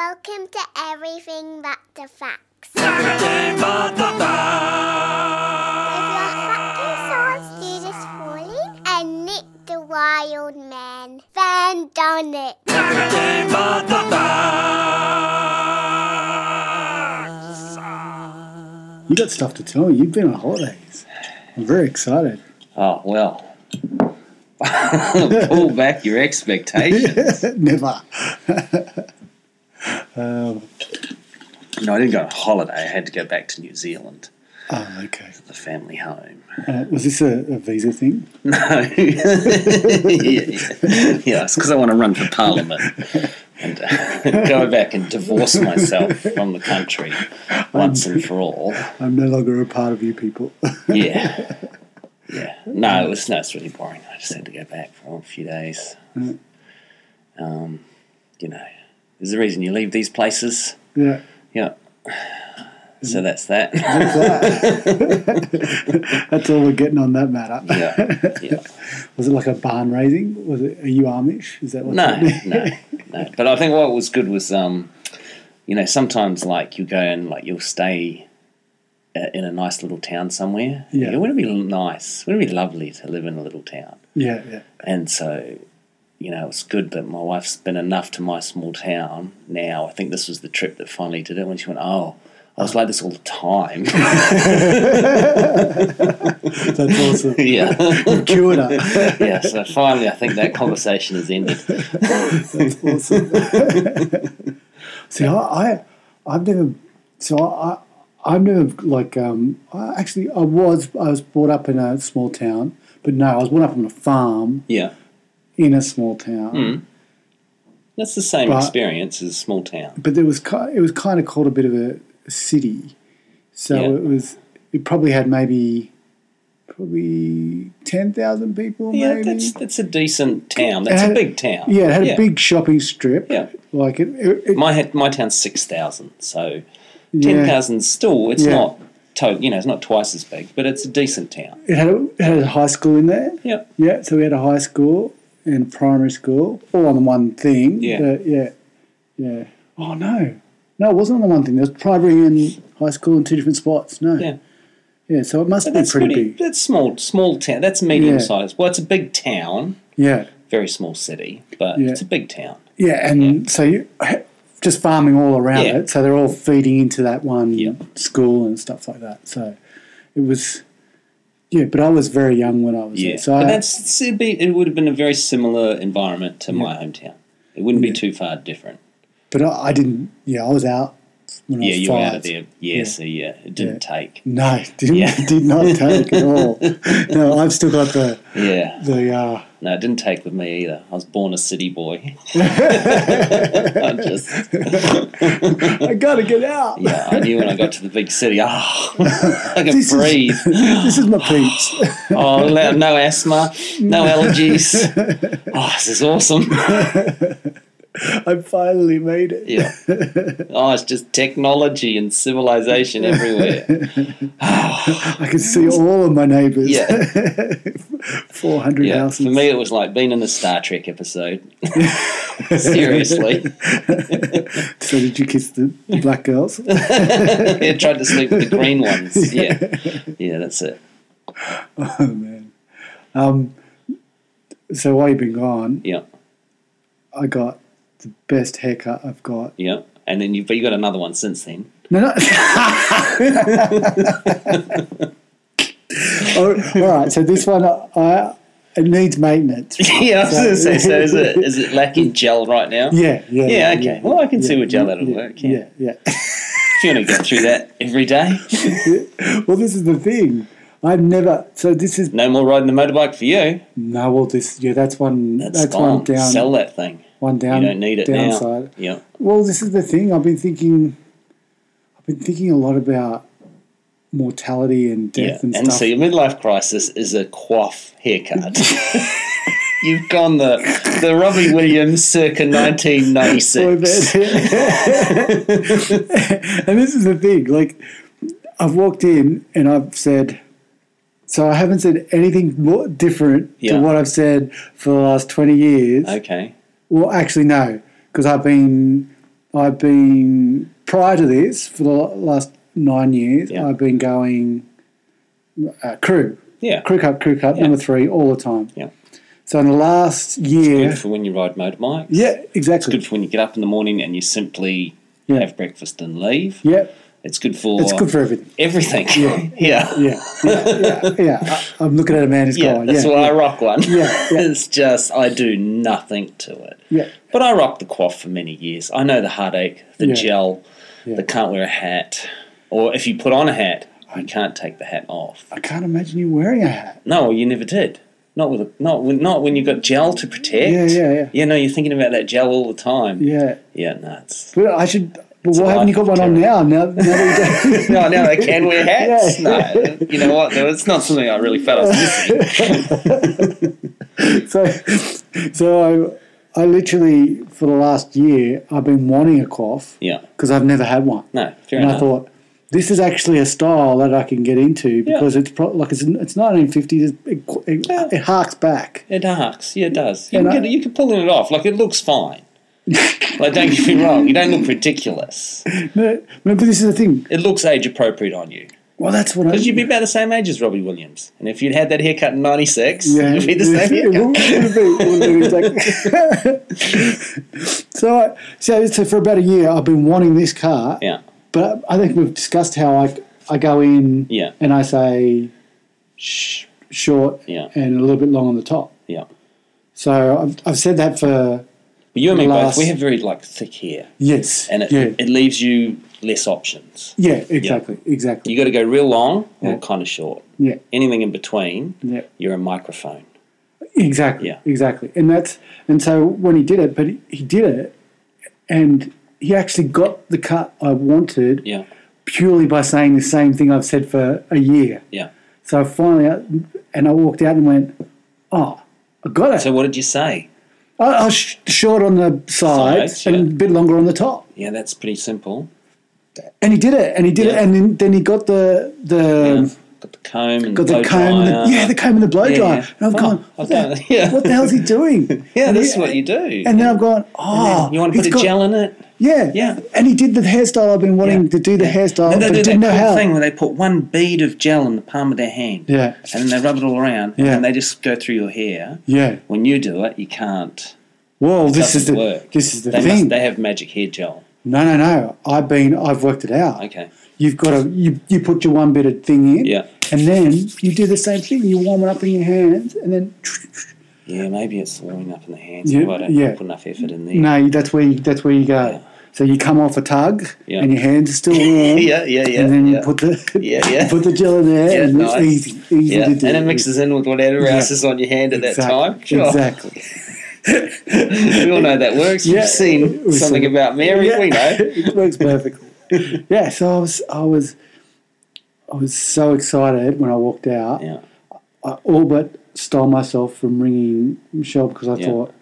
Welcome to Everything But the Facts. Everything but the If facts. your fucking science students falling and Nick the Wild Man, then done it. Everything but the facts. You got stuff to tell me. You've been on holidays. I'm very excited. Oh well. Pull back your expectations. Never. No, I didn't go on holiday. I had to go back to New Zealand, Oh, okay. the family home. Uh, was this a, a visa thing? No. yeah, yeah. yeah, it's because I want to run for parliament and uh, go back and divorce myself from the country once and for all. I'm no longer a part of you people. Yeah. Yeah. No, it was no, it's really boring. I just had to go back for a few days. Um, you know, there's a reason you leave these places. yeah. Yeah. So that's that. That's all we're getting on that matter. yeah. yeah. Was it like a barn raising? Was it? Are you Amish? Is that what? No, no, no. But I think what was good was, um, you know, sometimes like you go and like you'll stay uh, in a nice little town somewhere. Yeah. It wouldn't it be nice. Wouldn't it be lovely to live in a little town? Yeah, yeah. And so, you know, it's good that my wife's been enough to my small town now. I think this was the trip that finally did it when she went, oh, I was like this all the time. That's awesome. yeah. Kia ora. Yeah. So finally, I think that conversation has ended. That's awesome. See, I, I, I've never, so I, I've never like, um, I actually, I was, I was brought up in a small town, but no, I was brought up on a farm Yeah. in a small town. Hmm. That's the same But- experience as a small town. But there was, ki- it was kind of called a bit of a city, so Yeah. it was, it probably had maybe, probably ten thousand people, Yeah, maybe. that's that's a decent town. That's had- a big town. yeah, it had a big shopping strip. Yeah. Like it, it, it My had, my town's six thousand, so yeah. ten thousand still. It's Yeah. not to, you know, it's not twice as big, but it's a decent town. It had, a, it had a high school in there. Yeah, Yeah, so we had a high school and primary school, all on the one thing. Yeah. but yeah, yeah. Oh no, no, it wasn't on the one thing. There was primary and high school in two different spots. No, Yeah. yeah. So it must but be that's pretty, pretty. big. That's small, small town. That's medium sized. Well, it's a big town, Yeah, very small city, but Yeah. it's a big town. yeah, and so you just farming all around Yeah. it. So they're all feeding into that one Yeah. school and stuff like that. So it was, yeah. But I was very young when I was Yeah, there. So I, but that's it'd be, it would have been a very similar environment to my hometown. It wouldn't be too far different. but I, I didn't. Yeah, I was out when I Yeah, was you five. were out of there. Yeah, so yeah, it didn't take. No, didn't Yeah. did not take at all. No, I've still got the Yeah, the uh, No, it didn't take with me either. I was born a city boy. I just, I gotta get out. yeah, I knew when I got to the big city, ah, I can This is- breathe. This is my peach. Oh, la- no asthma, no allergies. Oh, this is awesome. I finally made it. Yeah. Oh, it's just technology and civilization everywhere. I could see all of my neighbours. Yeah, Four hundred yeah. houses. For me, it was like being in a Star Trek episode. Seriously, So did you kiss the black girls? yeah, tried to sleep with the green ones. Yeah, yeah, that's it. oh man. Um, so while you've been gone, Yeah, I got the best haircut I've got. yeah. And then you, but you got another one since then. No, no. all all right. So this one, I, I it needs maintenance. yeah, I was going to say. So is it is it lacking gel right now? Yeah, yeah. Yeah, okay. Well, I can see what gel that'll yeah, work. Yeah. Yeah, yeah. If you want to go through that every day, well, this is the thing. I've never. So this is no more riding the motorbike for you. no. Well, this yeah. That's one. That's, That's, gone. one down. Sell that thing. One down. you don't need it downside. now. Yeah. Well, this is the thing. I've been thinking. I've been thinking a lot about mortality and death Yeah. and, And stuff. so your midlife crisis is a quaff haircut. You've gone the the Robbie Williams circa Boy 1996. band. and this is the thing. Like, I've walked in and I've said, so I haven't said anything more different Yeah. to what I've said for the last 20 years. Okay. Well, actually, no, because I've been I've been prior to this for the la- last nine years. Yeah. I've been going uh, crew, Yeah. crew cup, crew cup Yeah. number three all the time. Yeah. So in the last year, Good for when you ride motorbikes. yeah, It's exactly. good for when you get up in the morning and you simply Yeah. have breakfast and leave. Yeah, It's good for it's good for everything. everything. Yeah. yeah. Yeah, yeah, yeah. yeah. I, am looking at a man who's Yeah, going. that's yeah, why I rock one. Yeah, yeah. it's just I do nothing to it. yeah, But I rocked the quaff for many years. I know the heartache, the Yeah. gel, yeah. the can't wear a hat, or if you put on a hat, you can't take the hat off. I can't imagine you wearing a hat. No, you never did. Not with a, not when, not when you got gel to protect. Yeah, yeah, yeah. You know, you're thinking about that gel all the time. Yeah, yeah, no, it's but I should. Well, a why haven't you got life one on now? Now, now that you don't- no, no, they can wear hats. Yeah. No, you know what? though, It's not something I really felt I was missing. so, so I, I literally for the last year I've been wanting a quaff Yeah, because I've never had one, no, fair and I enough. thought this is actually a style that I can get into Yeah. because it's pro- like it's it's 1950s. It, it, it harks back. it arcs, yeah, it does. You And can, I- get, it- you can pull it off. Like it looks fine. like don't get me wrong, you don't look ridiculous. No, no, but this is the thing. It looks age appropriate on you. Well, that's what I. Because you'd be about the same age as Robbie Williams. And if you'd had that haircut in 96, Yeah, you'd be the it same haircut. would- it would be- it would be exactly- so, I- so, so for about a year, I've been wanting this car. Yeah, But I think we've discussed how I, I go in Yeah. and I say sh- short Yeah. and a little bit long on the top. yeah. So I've, I've said that for But you and me both, Last- we have very like thick hair. yes, And it, yeah, it leaves you less options. yeah, exactly, exactly, You got to go real long or Yeah. kind of short. yeah, Anything in between, yeah, you're a microphone. exactly, Yeah. exactly. And that's and so when he did it, but he, he did it, and he actually got the cut I wanted Yeah, purely by saying the same thing I've said for a year. yeah. So I finally, uh, and I walked out and went, oh, I got it. So what did you say? I, I was sh- short on the sides, Sides, yeah. and a bit longer on the top. Yeah, that's pretty simple. And he did it, and he did Yeah. it, and then, then he got the the Yeah. got the comb and Um, got the, the comb, and the, dryer. yeah, the comb and the blow Yeah, dryer. yeah. And I've Oh, gone, I've what the, done it, yeah. what the hell's he doing? yeah, and this is he- what you do. And then I've gone, oh, you want to he's put a got- gel in it? Yeah, Yeah. And he did the hairstyle I've been wanting Yeah. to do the hairstyle, And they but do didn't know that cool how. thing where they put one bead of gel in the palm of their hand. Yeah. And then they rub it all around. Yeah. And they just go through your hair. Yeah. When you do it, you can't. Well, It this is doesn't the work. this is the they thing. Must, they have magic hair gel. no, no, no. I've been, I've worked it out. Okay. You've got to you, you put your one bit of thing in, Yeah. and then you do the same thing. You warm it up in your hands, and then Yeah, maybe it's warming up in the hands. Yeah, Maybe I don't yeah. put enough effort in there. no, that's where you, that's where you go. Yeah. So you come off a tug, Yeah. and your hands are still warm. Yeah, yeah, yeah. and then yeah. you put the Yeah, yeah. you put the gel in there, Yeah, and nice. it's easy, easy yeah. to do. and it mixes in with whatever Yeah. else is on your hand at that Exactly, time. Sure. Exactly. We all know that works. Yeah. We've seen We've something seen- about Mary. Yeah. We know. it works perfectly. yeah. So I was I was I was so excited when I walked out. Yeah. I all but stole myself from ringing Michelle because I Yeah. thought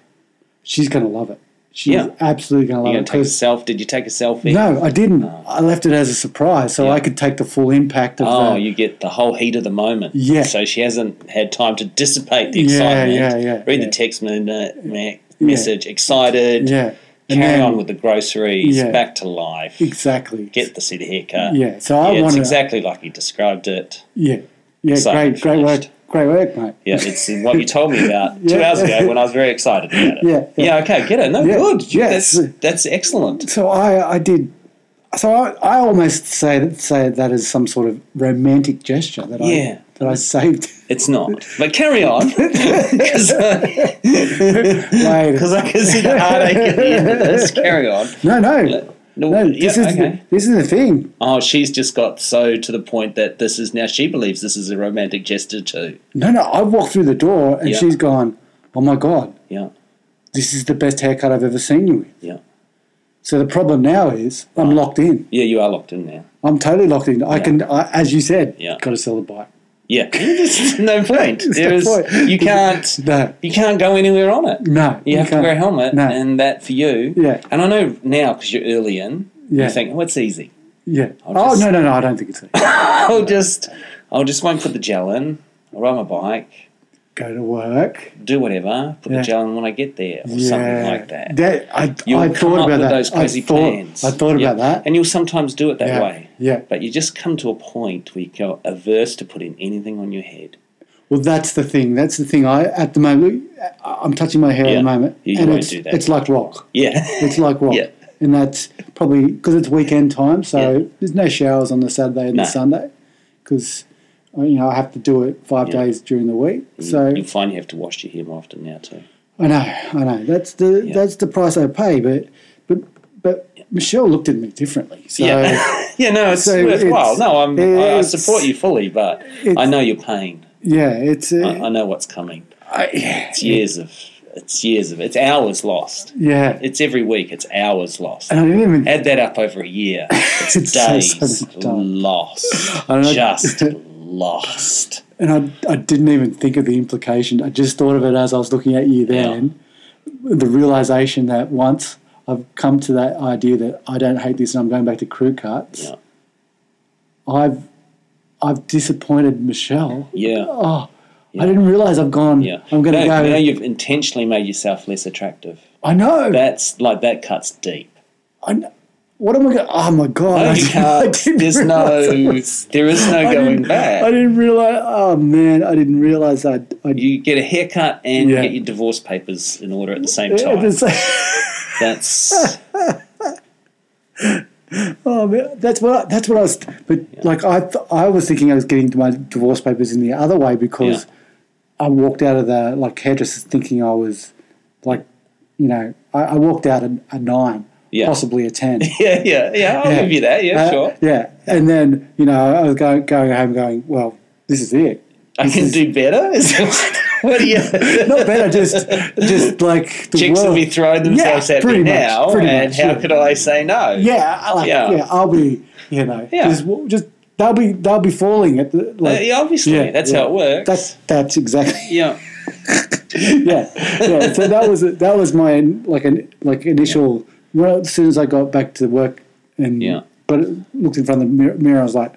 she's going to love it. She's Yeah. absolutely going to You're love going it. to take a 'cause- selfie. Did you take a selfie? no, I didn't. I left it as a surprise so Yeah. I could take the full impact of Oh, the- you get the whole heat of the moment. Yeah. So she hasn't had time to dissipate the Yeah, excitement. yeah, yeah, Read the yeah. text min- uh, me- message, excited. yeah. And Carry then- on with the groceries, Yeah. back to life. Exactly. Get the city haircut. Yeah. So I Yeah, it's wanted. exactly like you described it. yeah. Yeah. Excited Great. Great work. finished. Great work, mate. Yeah, it's what you told me about two Yeah. hours ago when I was very excited about it. Yeah, yeah. okay, get it. No, Yeah, good. yeah, That's, it's- that's excellent. So I, I did. So I, I almost say that say that as some sort of romantic gesture that Yeah. I that I saved. It's not. But carry on. Because uh, Later. I can see the heartache at the end of this. Carry on. No, no, No, no. yeah, This is okay. the, this is the thing. Oh, she's just got so to the point that this is now she believes this is a romantic gesture too. No, no, I've walked through the door and Yeah. she's gone, Oh my God, Yeah, this is the best haircut I've ever seen you with. yeah, So the problem now is I'm locked in. yeah. You are locked in now. I'm totally locked in. I Yeah. can, I, as you said, Yeah. got to sell the bike. Yeah, There's no point. There's There no is point. you can't No, you can't go anywhere on it. no. You have to can't. wear a helmet, No. and that for you. Yeah. and I know now because you're early in. Yeah. You think, oh, it's easy. Yeah. I'll Oh, just- no, no, no. I don't think it's. I'll just, I'll just won't put the gel in. I'll ride my bike. go to work. do whatever, put Yeah. a gel in when I get there, or something like that. I, You'll I come thought up about with that. those crazy I thought, plans. I thought Yeah. about that. And you'll sometimes do it that yeah. way. Yeah. But you just come to a point where you go averse to putting anything on your head. Well, that's the thing. That's the thing. I at the moment, I- I'm touching my hair at Yeah. the moment, You and won't it's do that. it's like rock. Yeah. It's like rock. Yeah. And that's probably because it's weekend time, so there's no showers on the Saturday and No. the Sunday, because you know I have to do it five Yeah. Mm. days during the week. So You'll find you have to wash your hair more often now, too. I know, I know. That's the Yeah. that's the price I pay. But but but Michelle looked at me differently. So yeah, yeah. yeah, no, it's so worthwhile. it's- no, I'm, I, I it's- support you fully, but I it's- know your pain. it's I, uh, I know what's coming. I- yeah, It's years of, it's years of, it's hours lost. yeah. It's every week, it's hours lost. And I didn't even Add that up over a year. It's, It's so days sudden time. lost. I know. Just lost. and I, I didn't even think of the implication. I just thought of it as I was looking at you then. The realization that once I've come to that idea that I don't hate this and I'm going back to crew cuts, Yeah. I've I've disappointed Michelle. Yeah. Oh, Yeah. I didn't realize I've gone. Yeah. I'm going to No, go. Now you've intentionally made yourself less attractive. I know. That's like, that cuts deep. I kn- what am I going? Oh my god! No, I you didn't- I can't. didn't There's realise I no, was- there is no I going didn't- back. I didn't realize. Oh man, I didn't realize I. I you get a haircut and Yeah. get your divorce papers in order at the same I time. just- That's oh man, that's what I, that's what I was. But like I, th- I was thinking I was getting to my divorce papers in the other way because I walked out of the like hairdressers thinking I was like, you know, I, I walked out a, a nine, Yeah. possibly a ten. yeah, yeah, yeah. I'll give you that. Yeah, Uh, sure. Yeah, and then you know I was going going home going, well, this is it. I can do better. Is that- what do you? not better, just just like the Chicks world. will be throwing themselves Yeah, at pretty me much, now, pretty and much, how yeah. could I say no? yeah, I like, Yeah. yeah, I'll be, you know, Yeah. just, just they'll be they'll be falling at the Uh, like, yeah, obviously, yeah, that's yeah. how it works. That's that's exactly yeah, yeah yeah. So that was that was my like an like initial. Well, as soon as I got back to work and Yeah. but looked in front of the mirror, mirror, I was like,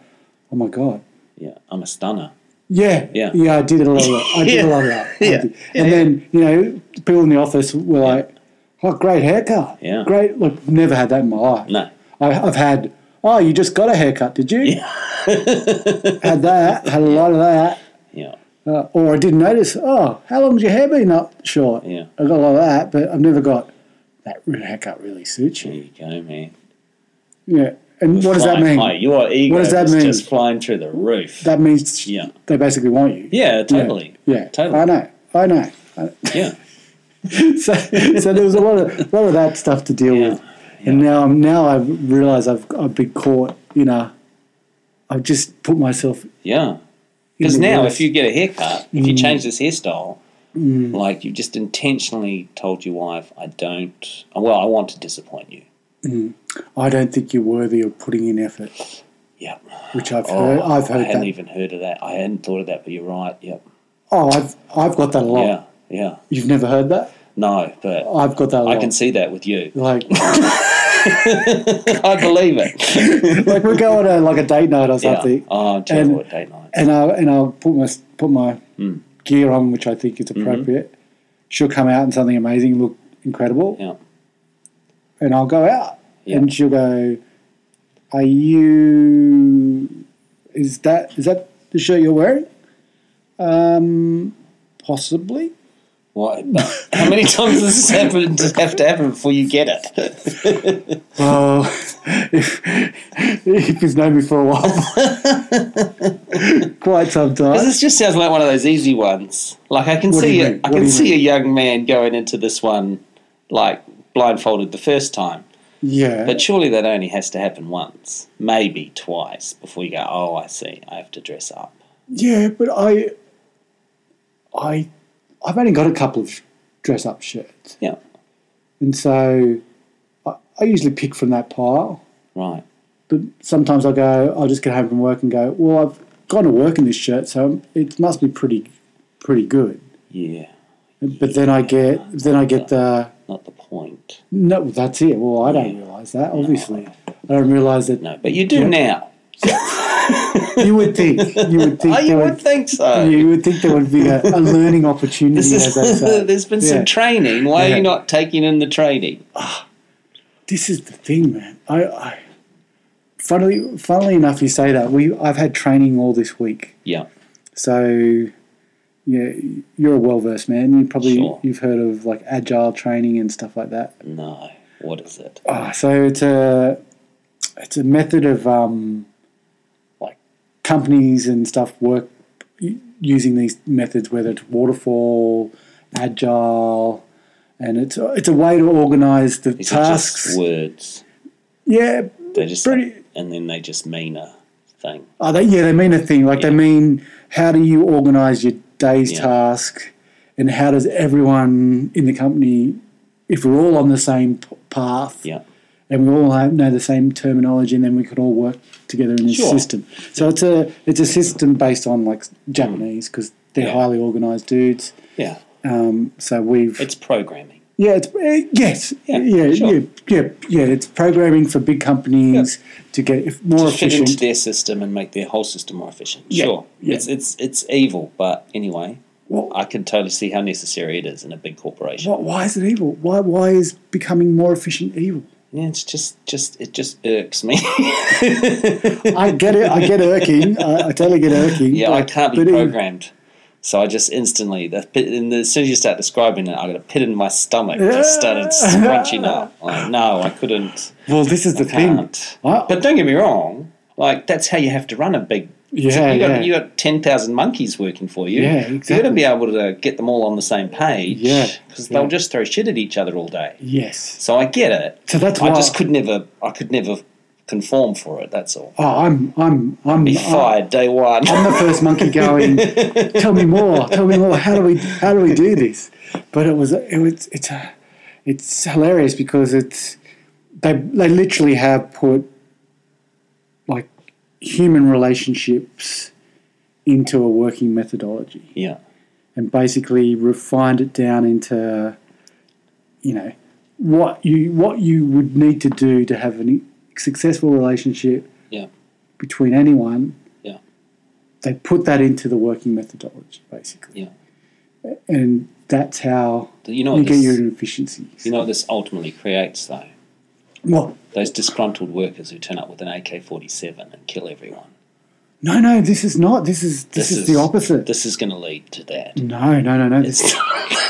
oh my god. yeah. I'm a stunner. Yeah, Yeah. yeah. I did it a lot. Of that. I did a lot of that. I Yeah. did. and then you know, people in the office were like, "Oh, great haircut! Yeah. great. Look, never had that in my life. No. I, I've had. Oh, you just got a haircut, did you? had that. Had a lot of that. Yeah, Uh, or I didn't notice. Oh, how long's your hair been up short? Yeah. I got a lot of that, but I've never got that re- haircut. Really suits there you. you go, man. Yeah. And what does that Flying mean? high. Your ego What does that is mean? just flying through the roof. That means Yeah. they basically want you. yeah, totally. Yeah. Um, I totally. know. I know. I, Yeah, so, so there was a lot of lot of that stuff to deal Yeah, with, and now I'm now I've realised I've I've been caught. You know, I've just put myself. yeah. Because the now, worst. Mm. if you get a haircut, if you change this hairstyle, like you've just intentionally told your wife, "I don't. Well, I want to disappoint you." I don't think you're worthy of putting in effort, Yeah. which I've Oh, heard. I've I heard hadn't that. even heard of that. I hadn't thought of that, but you're right. Yep. Oh, I've I've got that a lot. Yeah. Yeah. You've never heard that? No, but I've got that a lot. I can see that with you. like I believe it. like we go on a like a date night or Yeah. something, Oh, terrible at date night. and I and I'll put my put my Hmm. gear on, which I think Mm-hmm. is appropriate. She'll come out in something amazing, look incredible. Yeah. and I'll go out. Yeah. And she'll go, Are you is that is that the shirt you're wearing? Um possibly. What? but How many times does this happen, have to happen before you get it? Oh. Well if, if he's known me for a while. Quite some time. This just sounds like one of those easy ones. Like I can What do see, you a, mean? I What do can you see mean? a young man going into this one like blindfolded the first time. yeah. But surely that only has to happen once, maybe twice, before you go. Oh, I see. I have to dress up. yeah, but I I I've only got a couple of dress up shirts. Yeah. And so I, I usually pick from that pile. Right. but sometimes I go, I'll just get home from work and go, well, I've gone to work in this shirt, so it must be pretty, pretty good. Yeah. But then I get, then I get the Not the point. no, that's it. Well, I don't realise that. Obviously, I don't realise that. No, but you do now. you would think. You would think. Oh, you there would think so. You would think there would be a, a learning opportunity. This is, as they say. there's been Yeah. some training. Why are Yeah. you not taking in the training? This is the thing, man. I, I funnily, funnily enough, you say that. We, I've had training all this week, Yeah. so yeah, you're a well versed man. You probably Sure. you've heard of like agile training and stuff like that. No. What is it? Ah, so it's a it's a method of um, like companies and stuff work u- using these methods, whether it's waterfall, agile, and it's a- it's a way to organize the These are tasks. just words. Yeah, They just Pretty- and then they just mean a thing. oh, they, yeah, they mean a thing. Like they mean how do you organize your day's Yeah. task, and how does everyone in the company, if we're all on the same p- path, Yeah. and we all have, know the same terminology, and then we could all work together in a Sure. system. So it's a it's a system based on like Japanese because they're Mm. Yeah. highly organized dudes. Yeah. Um, so we've It's programming. yeah, it's uh, yes, yeah, Yeah, yeah, sure. yeah, yeah, It's programming for big companies to get if- more To fit into efficient. their system and make their whole system more efficient. Yeah, Sure. yeah. It's it's it's evil, but anyway, Well- I can totally see how necessary it is in a big corporation. Why, why is it evil? Why why is becoming more efficient evil? Yeah, it's just just it just irks me. I get it. I get irking. I, I totally get irking. Yeah, I but- can't be but it- programmed. so I just instantly, the, pit- and the- as soon as you start describing it, I got a pit in my stomach. Just started scrunching up. Like, no, I couldn't. Well, this is the thing. Can't. I- But don't get me wrong. Like that's how you have to run a big. Yeah, you got, yeah. You got ten thousand monkeys working for you. Yeah, You got exactly. to be able to get them all on the same page. Yeah, because yeah. they'll just throw shit at each other all day. Yes. So I get it. So that's I why- just could never. I could never conform for it. That's all. Oh, I'm I'm I'm Be fired day one. Uh-uh. I'm the first monkey going. tell me more. Tell me more. How do we how do we do this? But it was it was it's a, it's hilarious because it's they they literally have put like human relationships into a working methodology yeah. and basically refined it down into you know what you what you would need to do to have a successful relationship Yeah. between anyone Yeah. they put that into the working methodology basically Yeah. and that's how You know you what get this, your inefficiencies you know what this ultimately creates though? well Those disgruntled workers who turn up with an AK forty seven and kill everyone. no no this is not this is this, is, the opposite This is gonna lead to that. no no no no It's, this,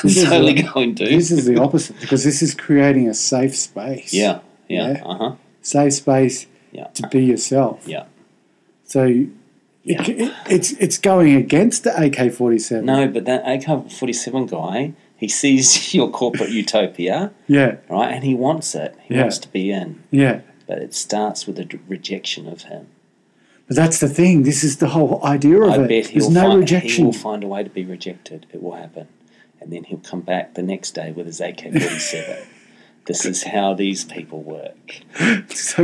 it's is only what- going to this is the opposite because this is creating a safe space Yeah, yeah, Yeah. uh huh. safe space Yeah. to be yourself Yeah. so it- it, it's it's going against the AK47 No, but that AK forty seven guy, he sees your corporate utopia, yeah right, and he wants it. He Yeah. wants to be in. yeah But it starts with a d- rejection of him. but that's the thing this is the whole idea of I it bet there's he'll no find, he rejection will find a way to be rejected. It will happen. And then he'll come back the next day with his AK 47. this is how these people work. So,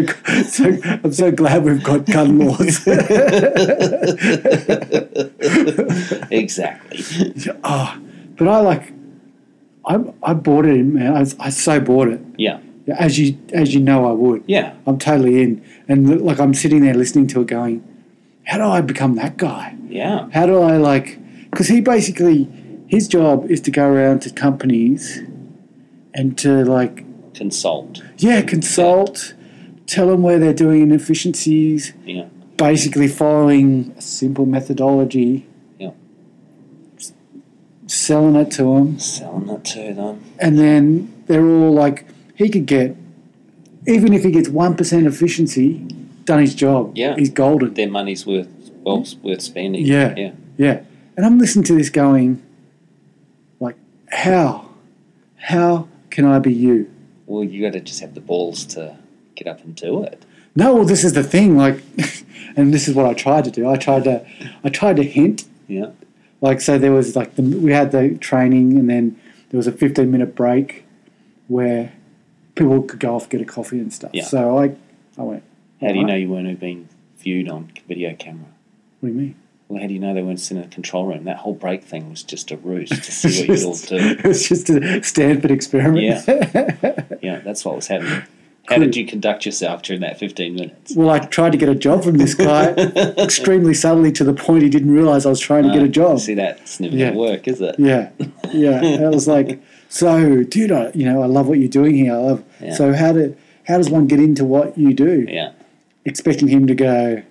so I'm so glad we've got gun laws. Exactly. oh, but I like, I I bought it, man. I, was- I so bought it. Yeah. Yeah, As you as you know, I would. Yeah. I'm totally in, and like I'm sitting there listening to it, going, how do I become that guy? Yeah. How do I like? Because he basically, his job is to go around to companies, and to like Consult. yeah consult, tell them where they're doing inefficiencies. Yeah. basically following a simple methodology, Yeah. s- selling it to them, Selling it to them. and then they're all like, he could get, even if he gets 1% efficiency, done his job. Yeah. He's golden. Their money's worth well worth spending. Yeah. Yeah. Yeah. And I'm listening to this going, like, how? How can I be you? Well, you got to just have the balls to get up and do it. No, well, this is the thing, like, and this is what I tried to do. I tried to, I tried to hint Yeah. like so there was like the, we had the training and then there was a 15 minute break where people could go off get a coffee and stuff Yeah. so i i went How do you "Alright, know you weren't being viewed on video camera? what do you mean Well, how do you know they weren't sitting in a control room? That whole break thing was just a ruse to see what you'd all do. it's just a stanford experiment Yeah, that's what was happening. How did you conduct yourself during that 15 minutes? Well, I tried to get a job from this guy extremely subtly to the point he didn't realize I was trying to get a job. Ah, See, that's never Yeah. going to work, is it? Yeah, yeah. And it was like, so, dude, I, you know, I love what you're doing here. I love. Yeah. So how do how does one get into what you do? Yeah. Expecting him to go,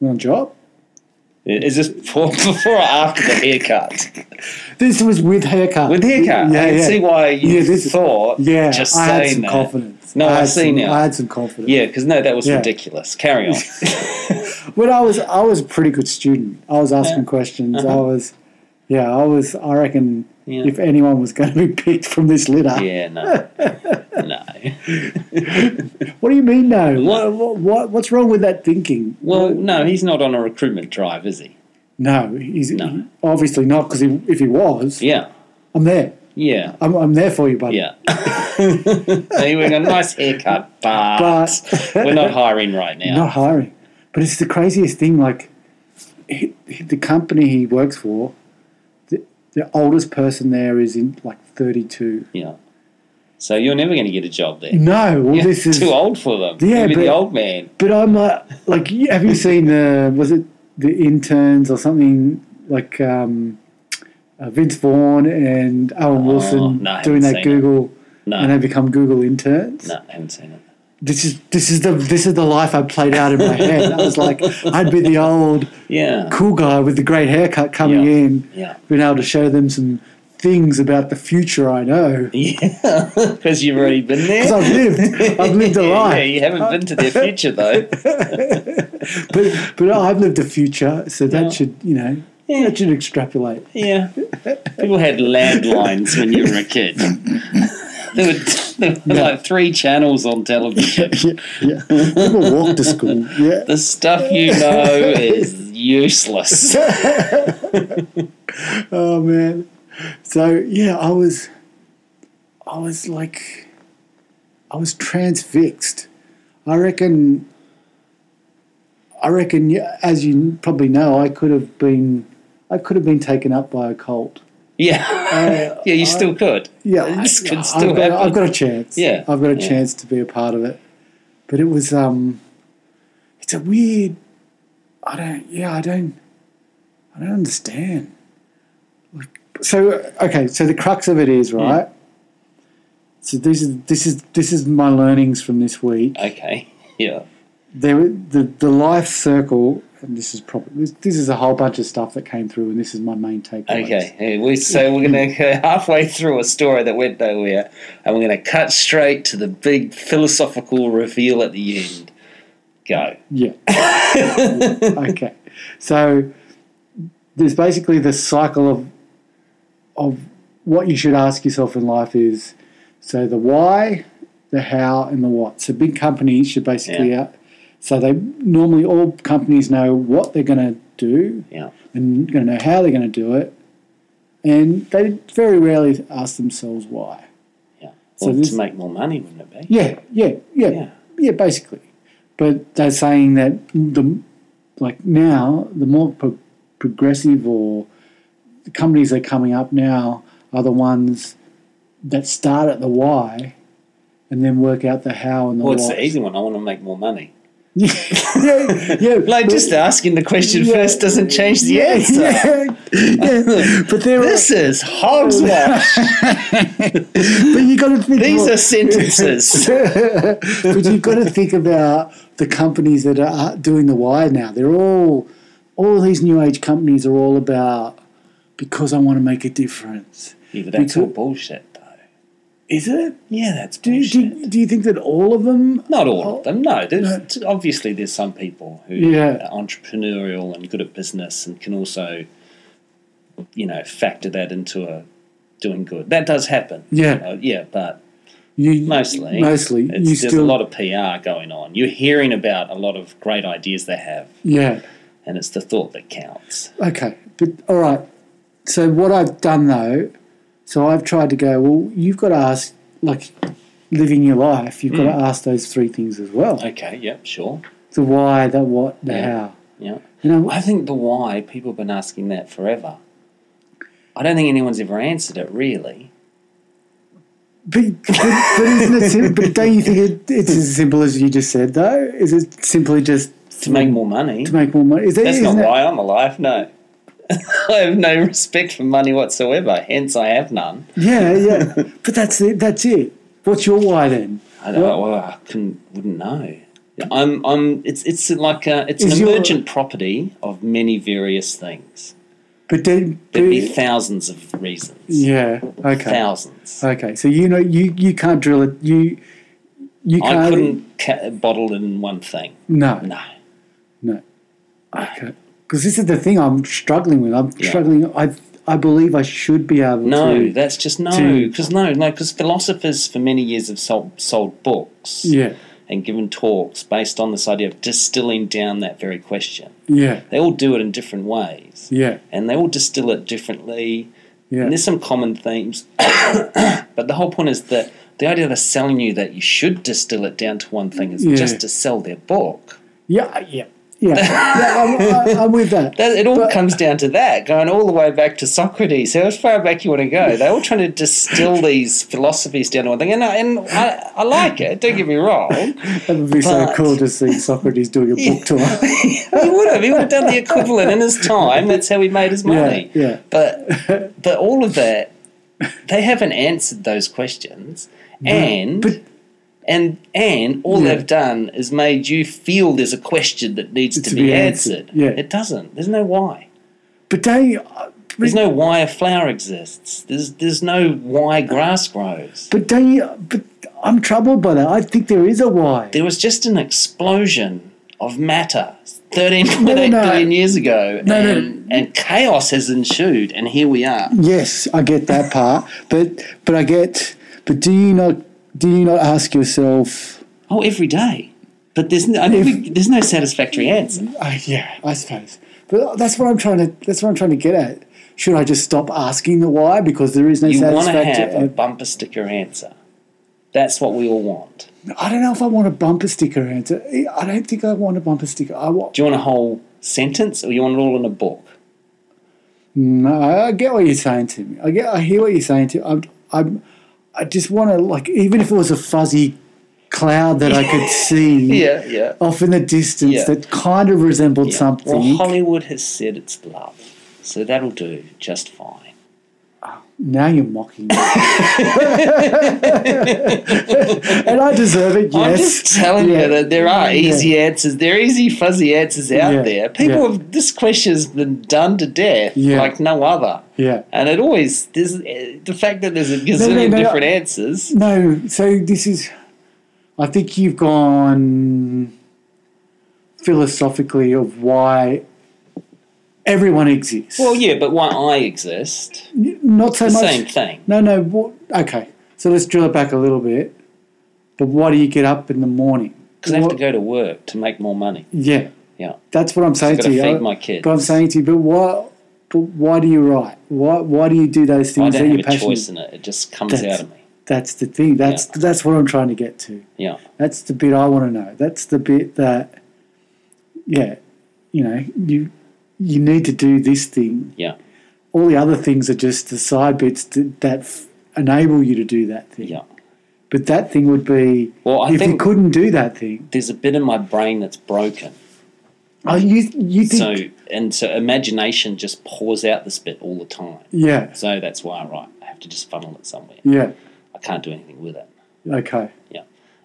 you want a job? Is this before, before or after the haircut? This was with haircut. With haircut, Yeah, I can yeah. see why you Yeah, this- thought. Yeah, just I saying had some that. confidence. No, I had see some- now. I had some confidence. Yeah, because no, that was Yeah. ridiculous. Carry on. When I was, I was a pretty good student. I was asking Yeah. questions. I Uh-huh. was, yeah, I was. I reckon Yeah. if anyone was going to be picked from this litter, yeah, no, no. what do you mean no? What, what, what, what's wrong with that thinking? Well, no, he's not on a recruitment drive, is he? No, he's No. obviously not because he, if he was, Yeah, I'm there. yeah, I'm, I'm there for you, buddy. yeah. so you're wearing a nice haircut, but, But- we're not hiring right now. Not hiring, but it's the craziest thing. Like he, he- the company he works for, the, the oldest person there is in like 32. Yeah. So you're never going to get a job there. No, well, You're this is. too old for them. Yeah, Yeah, Maybe the but- old man. But I'm like, like, you- have you seen the was it the interns or something like um, uh, Vince Vaughn and Owen Wilson Oh, no, I doing haven't that seen it. Google No, and they become Google interns? no, I haven't seen it. this is this is the this is the life I played out in my head. I was like, I'd be the old Yeah, cool guy with the great haircut coming Yeah. in, yeah. being able to show them some things about the future I know. Yeah, because you've already been there. 'Cause I've lived, I've lived a Yeah, life, you haven't been to their future though. but but I've lived a future, so that Yeah. should you know that should extrapolate. Yeah, people had landlines when you were a kid. There were, there were Yeah. like three channels on television. Yeah, yeah. People walk to school. Yeah, The stuff you know is useless. Oh man. So yeah, I was I was like I was transfixed. I reckon I reckon yeah, as you probably know, I could have been I could have been taken up by a cult. Yeah, yeah, you still could. Yeah, This could I've still got, I've happen. got a chance. Yeah, I've got a yeah. chance to be a part of it. But it was um it's a weird I don't yeah, I don't I don't understand. Like, so okay, so the crux of it is, right? So this is this is this is my learnings from this week. Okay. Yeah. There the the life circle and this is probably this, this is a whole bunch of stuff that came through and this is my main takeaway. Okay. Hey, we so we're gonna go halfway through a story that went nowhere, and we're gonna cut straight to the big philosophical reveal at the end. Go. Yeah. okay. So there's basically the cycle of of what you should ask yourself in life is so the why, the how, and the what. So big companies should basically out. So they normally all companies know what they're going to do Yeah. and going to know how they're going to do it, and they very rarely ask themselves why. Yeah. So Well, this- to make more money, wouldn't it be? Yeah, yeah, yeah, Yeah. yeah, basically. But they're saying that the like now the more pro- progressive or the companies that are coming up now are the ones that start at the why and then work out the how and the Well, what. it's the easy one. I want to make more money. yeah, yeah, Like, just asking the question first doesn't change the yeah, answer. yeah, yeah. But they're This is hogwash. but you got to think These well- are sentences. but you've got to think about the companies that are uh, doing the why now. They're all, all these new age companies are all about because I want to make a difference. yeah, but that's Because- all bullshit, though. Is it? Yeah, that's Do, bullshit. do, do you think that all of them? Not all Oh. of them. No, there's obviously there's some people who Yeah. are entrepreneurial and good at business and can also, you know, factor that into a doing good. That does happen. Yeah, Uh, yeah, but you mostly, mostly. it's, you there's still, a lot of PR going on. You're hearing about a lot of great ideas they have, yeah. and it's the thought that counts. Okay, but all right. So what I've done though, so I've tried to go. Well, you've got to ask, like, living your life. You've got to ask those three things as well: Hmm. Okay, yep, sure, the why, the what, the Yeah. how. yeah. You know, I think the why people have been asking that forever. I don't think anyone's ever answered it really. But, but, but isn't it? Sim- but don't you think it, it's as simple as you just said, though? Is it simply just to make more money. Mm. to make more money? Is that, That's isn't not it- why I'm alive. No, I have no respect for money whatsoever. Hence, I have none. Yeah, yeah. but that's it. That's it. What's your why then? I don't. Well, I couldn't. Wouldn't know. I'm. I'm. It's. It's like a. It's Is an your- emergent property of many various things. But then, There'd be thousands of reasons. yeah. Okay. Thousands. Okay. So you know you you can't drill it. You you can't. I couldn't ca- bottle in one thing. No. No. No. Okay. Because this is the thing I'm struggling with. I'm Yeah. struggling. I I believe I should be able No, to. that's just no. to- Because no, no. Because philosophers for many years have sold sold books Yeah. and given talks based on this idea of distilling down that very question. Yeah. They all do it in different ways. Yeah. and they all distill it differently. Yeah. And there's some common themes, but the whole point is that the idea they're selling you that you should distill it down to one thing is Yeah. just to sell their book. Yeah. Yeah. Yeah. yeah I'm, I, I'm with that. That, it all comes down to that, going all the way back to Socrates. How far back you want to go? They're all trying to distill these philosophies down to one thing, and, I, and I, I like it. Don't get me wrong. That would be so But- cool to see Socrates doing a book tour. he would have. He would have done the equivalent in his time. That's how he made his money. Yeah, yeah. But but all of that, they haven't answered those questions, and but- and and all Yeah. they've done is made you feel there's a question that needs to, To be, be answered. answered, yeah. It doesn't. There's no why. But they. uh, There's no why a flower exists. There's there's no why grass grows. But don't you? But I'm troubled by that. I think there is a why. There was just an explosion of matter 13.8 no, billion no. years ago, No, no. and, and chaos has ensued, and here we are. Yes, I get that part. But but I get. But do you not? Do you not ask yourself? Oh, every day. But there's no, I mean, we- there's no satisfactory answer. Uh, yeah, I suppose. But that's what I'm trying to. That's what I'm trying to get at. Should I just stop asking the why because there is no You want to satisfaction? have a bumper sticker answer. That's what we all want. I don't know if I want a bumper sticker answer. I don't think I want a bumper sticker. I want. Do you want a whole sentence or you want it all in a book? No, I get what you're saying to me. I get. I hear what you're saying to. I'm. I'm. I just want to like, even if it was a fuzzy cloud that I could see yeah. off in the distance Yeah. that kind of resembled something. Well, Hollywood has said it's love, so that'll do just fine. Now you're mocking me. and I deserve it, yes. I'm just telling Yeah. you that there are easy answers. There are easy fuzzy answers out Yeah, there. People yeah. have this question has been done to death Yeah. like no other. Yeah. And it always there's eh, the fact that there's a no, gazillion no. different answers. No, so this is. I think you've gone philosophically of why everyone exists. Well, yeah, but why I exist? not so The much. same thing. No, no. What, okay, so let's drill it back a little bit. But why do you get up in the morning? Because I have What- to go to work to make more money. Yeah, Yeah, that's what I'm saying I've to gotta you. feed I- my kids. But I'm saying to you, but why? But why do you write? Why? Why do you do those I things that don't you're have a passionate? choice in it. It just comes That's- out of me. That's the thing. That's that's what I'm trying to get to. Yeah, That's the bit I want to know. That's the bit that, yeah, you know, you you need to do this thing. yeah, All the other things are just the side bits to, that f- enable you to do that thing. yeah. But that thing would be Well, I if you think- couldn't do that thing. There's a bit in my brain that's broken. Oh, you you So think and so, imagination just pours out this bit all the time. yeah So that's why I write. I have to just funnel it somewhere. yeah I can't do anything with it. okay. Yeah,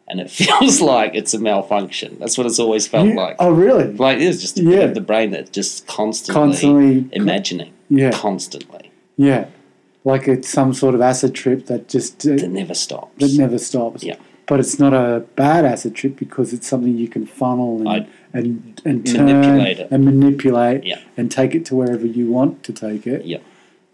and it feels like it's a malfunction. That's what it's always felt You- like. oh really? Like it's just a bit Yeah. of the brain that's just constantly, Constantly- imagining. Yeah. constantly. Yeah, like it's some sort of acid trip that just uh, It never stops. that never stops. Yeah. But it's not a bad acid trip because it's something you can funnel and I- and, and turn Manipulate it. and manipulate Yeah. and take it to wherever you want to take it. yeah,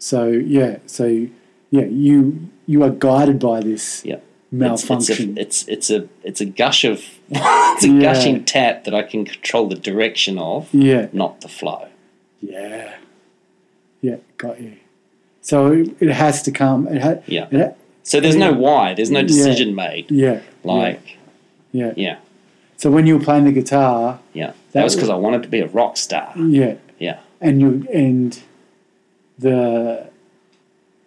So yeah, so yeah, you you are guided by this yeah. It's, it's, malfunction. a, it's it's a it's a gush of it's a Yeah. gushing tap that I can control the direction of, yeah, not the flow. yeah, yeah, got you. So it, it has to come. It ha- Yeah. it ha- So there's no why. There's no Yeah. decision made. yeah, Like yeah, yeah. yeah, So when you were playing the guitar, yeah. That, That was because was- Mm. I wanted to be a rock star. yeah. Yeah, and you and the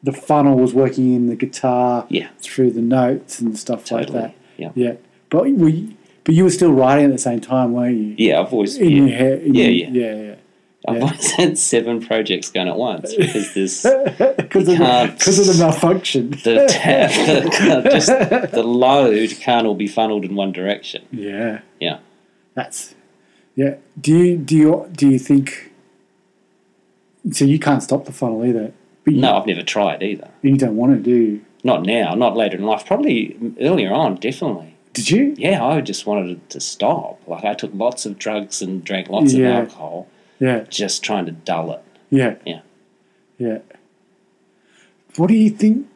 the funnel was working in the guitar Yeah. through the notes and stuff Totally, like that. yeah. Yeah. But were you, but you were still writing at the same time, weren't you? Yeah, I've always In yeah, your head. in Yeah, your- yeah. yeah, yeah. I've yeah. always had seven projects going at once because there's Because of, the- can't- 'cause of the malfunction. the tap, the, just the load can't all be funneled in one direction. yeah. Yeah. That's yeah. Do you do you do you think? So you can't stop the funnel either. But you, No, I've never tried either. you don't want to do. you? Not now, not later in life. Probably earlier on, definitely. Did you? Yeah, I just wanted it to stop. Like I took lots of drugs and drank lots Yeah. of alcohol, Yeah, just trying to dull it. yeah, Yeah. yeah. What do you think?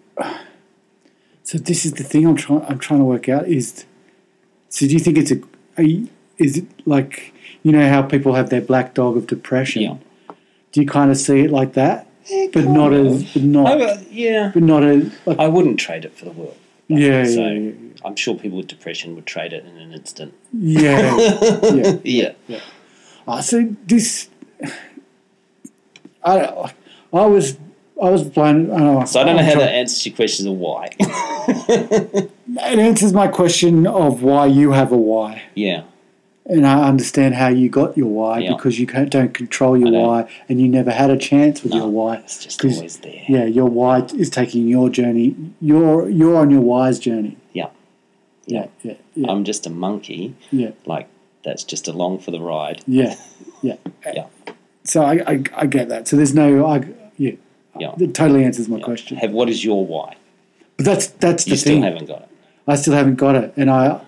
So this is the thing I'm trying. I'm trying to work out is. So do you think it's a? Are you, is it like you know how people have their black dog of depression? Yeah. Eh, Do you kind of see it like that, but not as but I, not w- yeah. but not as like, I wouldn't trade it for the world. yeah, So yeah, yeah. I'm sure people with depression would trade it in an instant. Yeah, yeah. Yeah. I see this. I don't. know, I was. I was blind. I don't know. So I don't know how that answers your question of why. It answers my question of why you have a why, yeah. and I understand how you got your why Yeah. because you can't, don't control your I don't. why, and you never had a chance with your why. It's just 'Cause- always there. Yeah, your why is taking your journey. You're you're on your why's journey. Yeah. Um, Yeah, yeah, yeah, I'm just a monkey. yeah, Like that's just along for the ride. yeah, yeah. Yeah. So I, I I get that. So there's no I yeah. Yeah. It totally answers my question. Have what is your why? But that's that's the You still thing. haven't got it. I still haven't got it. And I,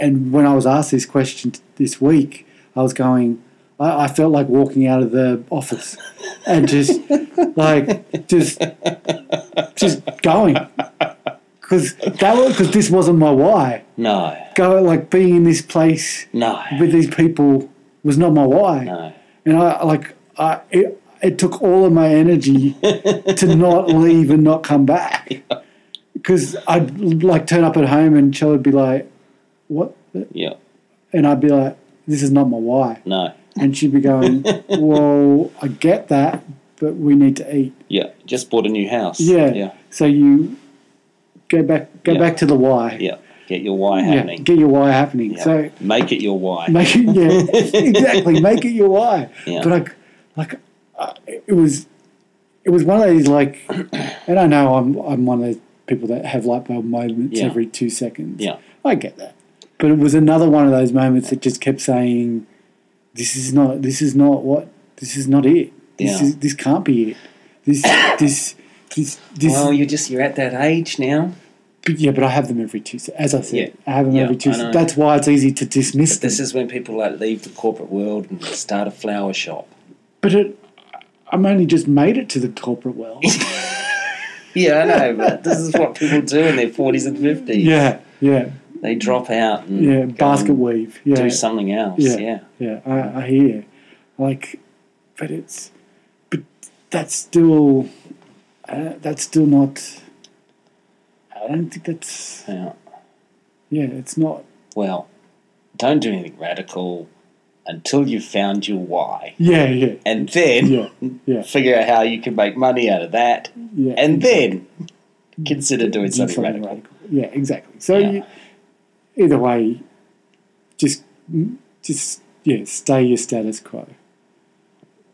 and when I was asked this question t- this week, I was going, I, I felt like walking out of the office and just like just just going because that was because this wasn't my why. No. Go like being in this place No. with these people was not my why. No. And I like I it, it took all of my energy to not leave and not come back because I'd like turn up at home and Chell would be like, "What?" the-" Yeah. and I'd be like, "This is not my why," No. and she'd be going, "Well, I get that, but we need to eat." Yeah. Just bought a new house. Yeah. Yeah. So you go back, go Yeah. back to the why. Yeah. Get your why Yeah, happening. Get your why happening. Yeah. So make it your why. Make it, yeah, exactly. Make it your why. Yeah. But I, like, I, it was, it was one of those like, and I know I'm I'm one of those people that have light bulb moments Yeah. every two seconds. Yeah. I get that. But it was another one of those moments that just kept saying, "This is not. This is not what. This is not it. This Yeah. is. This can't be it. This. this. This. This. Well, you're just you're at that age now. but yeah. But I have them every two. se- As I said, I have them Yeah, every two. I se- know. That's why it's easy to dismiss them. This is when people like leave the corporate world and start a flower shop. But it, I'm only just made it to the corporate world. Yeah, I know, but this is what people do in their forties and fifties. yeah, yeah, They drop out and yeah. go Basket and weave. Yeah, do something else. Yeah. Yeah. yeah. I, I hear, like, but it's, but that's still, uh, that's still not. I don't think that's. Yeah. Yeah, it's not. Well, don't do anything radical until you've found your why. Yeah, yeah, And then yeah, yeah, figure out how you can make money out of that. yeah. And then consider doing do something radical. Yeah, exactly. So Yeah. you, either way, just, just yeah, stay your status quo.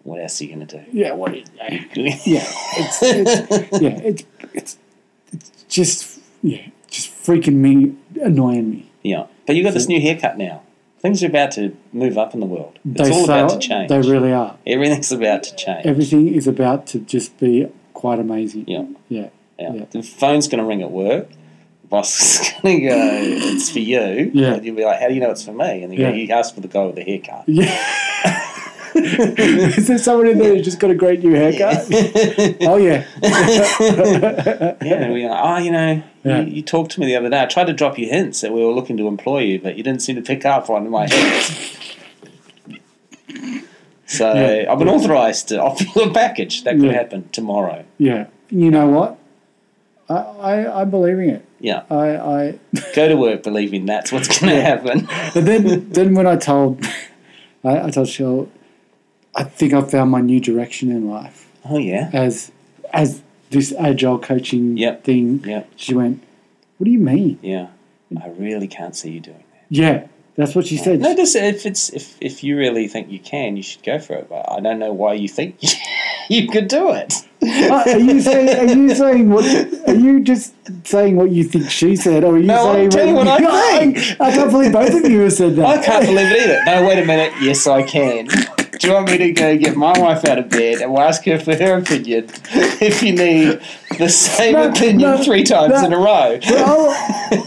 What else are you going to do? Yeah, what is yeah. yeah, it's, it's yeah, it's, it's it's just yeah, just freaking me, annoying me. But you've got this new haircut now. Things are about to move up in the world. It's all say- about to change. They really are. Everything's about to change. Everything is about to just be quite amazing. yeah. yeah, Yeah. Yeah. The phone's going to ring at work. The boss is going to go, it's for you. Yeah. And you'll be like, how do you know it's for me? And you, Yeah. go, you ask for the guy with the haircut. yeah. is there someone in there who's just got a great new haircut? oh yeah, Yeah, and we are. Oh, you know, Yeah. you, you talked to me the other day. I tried to drop you hints that we were looking to employ you, but you didn't seem to pick up on my hints. so Yeah. I've been authorised to offer you a package. That could Yeah. happen tomorrow. yeah. You know what? I, I I'm believing it. Yeah, I I go to work believing that's what's going to happen. But then, then when I told, I, I told Shell, I think I found my new direction in life Oh yeah, as as this agile coaching Yep. thing. Yep. She went, "What do you mean?" Yeah, I really can't see you doing that. Yeah, that's what she said. No, just if it's if if you really think you can, you should go for it. But I don't know why you think you could do it. Uh, are you saying? Are you saying what? Are you just saying what you think she said, or are you No, saying I'm telling what I I, I can't believe both of you have said that. I can't believe it either. No, wait a minute. Yes, I can. Do you want me to go get my wife out of bed and we'll ask her for her opinion if you need the same No, opinion no, three times no. in a row? Well,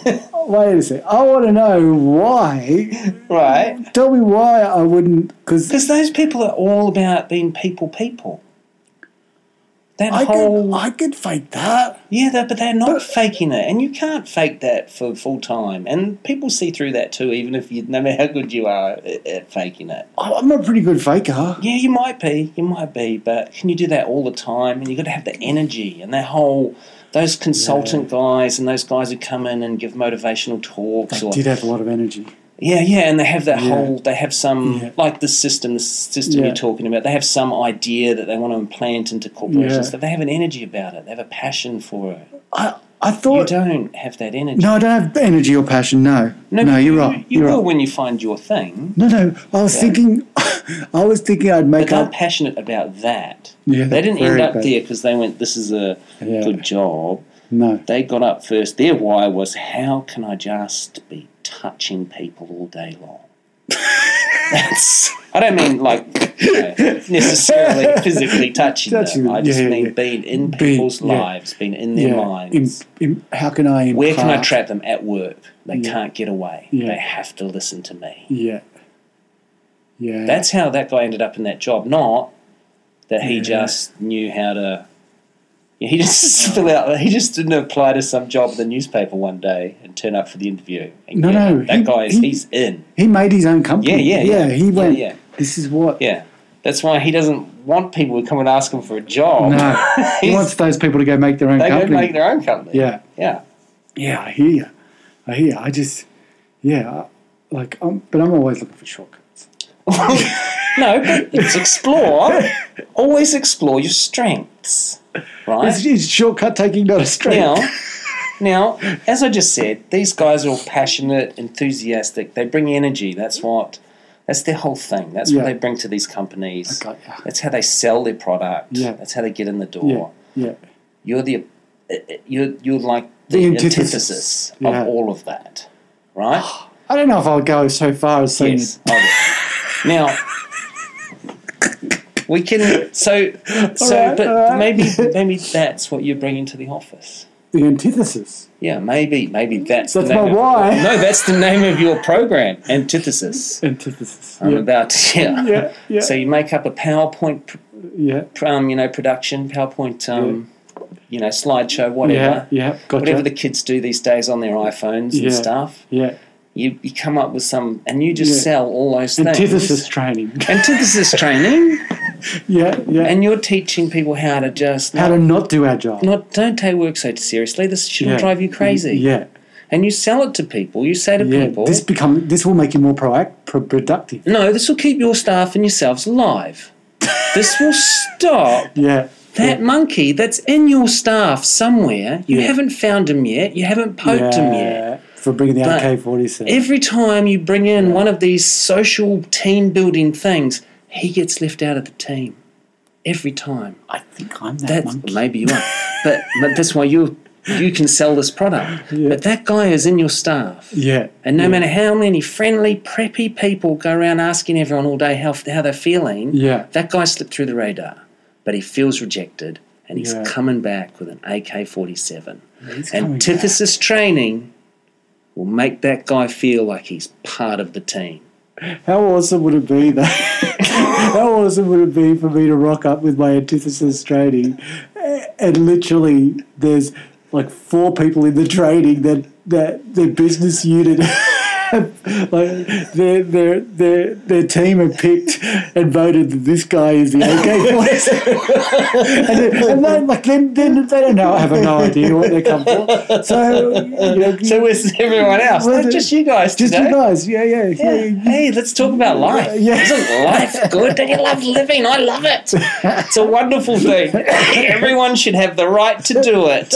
I- wait a sec. I want to know why. Right? Tell me why I wouldn't. Because Because those people are all about being people, people. That I whole could, I could fake that. yeah, they but they're not faking it, and you can't fake that for full time. And people see through that too, even if you no matter how good you are at, at faking it. I- I'm a pretty good faker. Yeah, you might be, you might be, but can you do that all the time? And you got to have the energy and that whole those consultant guys and those guys who come in and give motivational talks or Did have a lot of energy. yeah, yeah, and they have that Yeah. whole they have some Yeah. like the system, the system Yeah. you're talking about. They have some idea that they want to implant into corporations. Yeah. That they have an energy about it. They have a passion for it. I I You thought. don't have that energy. No, I don't have energy or passion. No, no, but you're you, right. You are will right. when you find your thing. No, no. I was thinking. I was thinking I'd make But they're up. passionate about that. Yeah, they didn't very end up bad. there because they went, "This is a Yeah. good job." No. they got up first. Their why was, how can I just be touching people all day long? That's. I don't mean like you know, necessarily physically touching Touching, them. I just yeah, yeah, mean yeah. being in Being- people's yeah. lives, being in their im- minds. im- how can I? Where can I impart- trap them at work? They can't get away. Yeah. They have to listen to me. Yeah. Yeah. That's how that guy ended up in that job. Not that he Yeah. just knew how to. Yeah, He just fill out. He just didn't apply to some job in the newspaper one day and turn up for the interview. And No, yeah, no, that he- guy is he- he's in. he made his own company. Yeah, yeah, yeah. He Yeah, went. yeah. This is what. Yeah, that's why he doesn't want people to come and ask him for a job. No. he He's- wants those people to go make their own they company. go make their own company. yeah. yeah. Yeah. I hear you. I hear. You. I just. Yeah. I- Like. I'm, but I'm always looking for shortcuts. No, but it's explore. Always explore your strengths, right? It's, it's shortcut taking, not a straight. Now, now, as I just said, these guys are all passionate, enthusiastic. They bring energy. That's what. That's their whole thing. That's what Yeah. they bring to these companies. Okay, yeah. That's how they sell their product. Yeah. That's how they get in the Yeah. door. Yeah. You're the. uh, uh, You're you're like The the, antithesis, antithesis. Yeah. of all of that, right? I don't know if I'll go so far as saying. yes. I do. now. We can so so, Alright, but alright. maybe maybe that's what you're bringing to the office. The antithesis. Yeah, maybe, maybe that's That's the my name of- why. no, that's the name of your program, antithesis. Antithesis. I'm yeah. about to, yeah. yeah. Yeah. So you make up a PowerPoint, pr- yeah. um, you know, production, PowerPoint, um, you know, slideshow, whatever, Yeah. Yeah. Gotcha. whatever the kids do these days on their iPhones Yeah. and stuff. yeah. You you come up with some, and you just Yeah. sell all those things. Antithesis training. Antithesis training, yeah. Yeah. and you're teaching people how to just how not, to not do agile. not don't take work so seriously. This shouldn't Yeah. drive you crazy. Yeah. And you sell it to people. You say to Yeah, people, this become this will make you more proact, pro- productive. No, this will keep your staff and yourselves alive. this will stop Yeah, that monkey that's in your staff somewhere. You Yeah. haven't found him yet. You haven't poked him yet. yeah. For bringing the But AK forty seven. Every time you bring in one of these social team building things, he gets left out of the team. Every time. I think I'm that That's Oh, monkey. maybe you are, but, but that's why you you can sell this product. But that guy is in your staff. Yeah, And no matter how many friendly, preppy people go around asking everyone all day how, how they're feeling, Yeah. that guy slipped through the radar, but he feels rejected and he's Yeah. coming back with an AK 47. he's coming Antithesis training will make that guy feel like he's part of the team. how awesome would it be though? how awesome would it be for me to rock up with my antithesis training, a- and literally there's like four people in the training that that their business unit like their their their their team have picked and voted that this guy is the OK voice, and, they- and they, like then then they don't know have no idea what they come for. So you know, So where's everyone else? Well, Not just you guys just today. you guys, yeah, yeah, Yeah. yeah. Hey, let's talk about life. yeah. Isn't life good? Don't you love living? I love it. It's a wonderful thing. Everyone should have the right to do it.